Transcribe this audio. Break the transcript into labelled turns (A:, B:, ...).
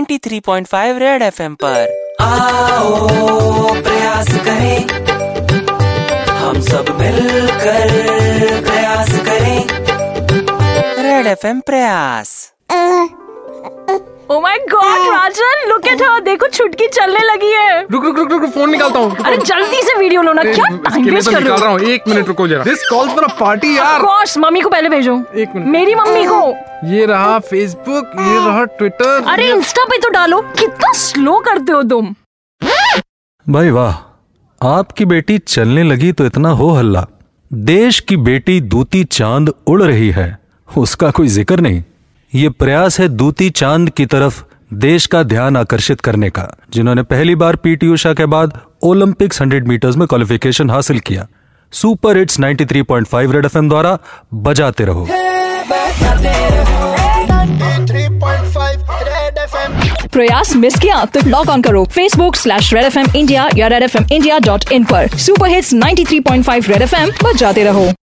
A: 93.5 Red FM पर
B: आओ प्रयास करें हम सब मिलकर प्रयास करें
A: रेड एफएम प्रयास
C: oh my God
D: Oh.
C: Rajan look at her देखो छुटकी चलने लगी है
D: रुक रुक रुक रुक फोन निकालता हूँ
C: अरे जल्दी से वीडियो लो ना क्या टाइम
D: इसके
C: वेस्ट कर
D: लिए तो
C: रहे
D: निकाल रहा
C: हो
D: हूँ एक मिनट रुको जरा this calls for a party यार
C: कोर्स मम्मी को पहले भेजो
D: एक मिनट
C: मेरी मम्मी को
D: ये रहा फेसबुक ये रहा ट्विटर
C: अरे इंस्टा पे तो डालो कितना स्लो करते हो तुम
E: भाई वाह आपकी बेटी चलने लगी तो इतना हो हल्ला देश की बेटी दूती चांद उड़ रही है उसका कोई जिक्र नहीं ये प्रयास है दूती चांद की तरफ देश का ध्यान आकर्षित करने का जिन्होंने पहली बार पीटी उषा के बाद ओलंपिक्स 100 मीटर्स में क्वालिफिकेशन हासिल किया सुपर हिट्स 93.5 रेड एफएम द्वारा बजाते रहो
F: 93.5 Red FM
G: प्रयास मिस किया तो लॉग ऑन करो Facebook slash Red F M India या Red F M India dot in पर super hits 93.5 Red F M पर जाते रहो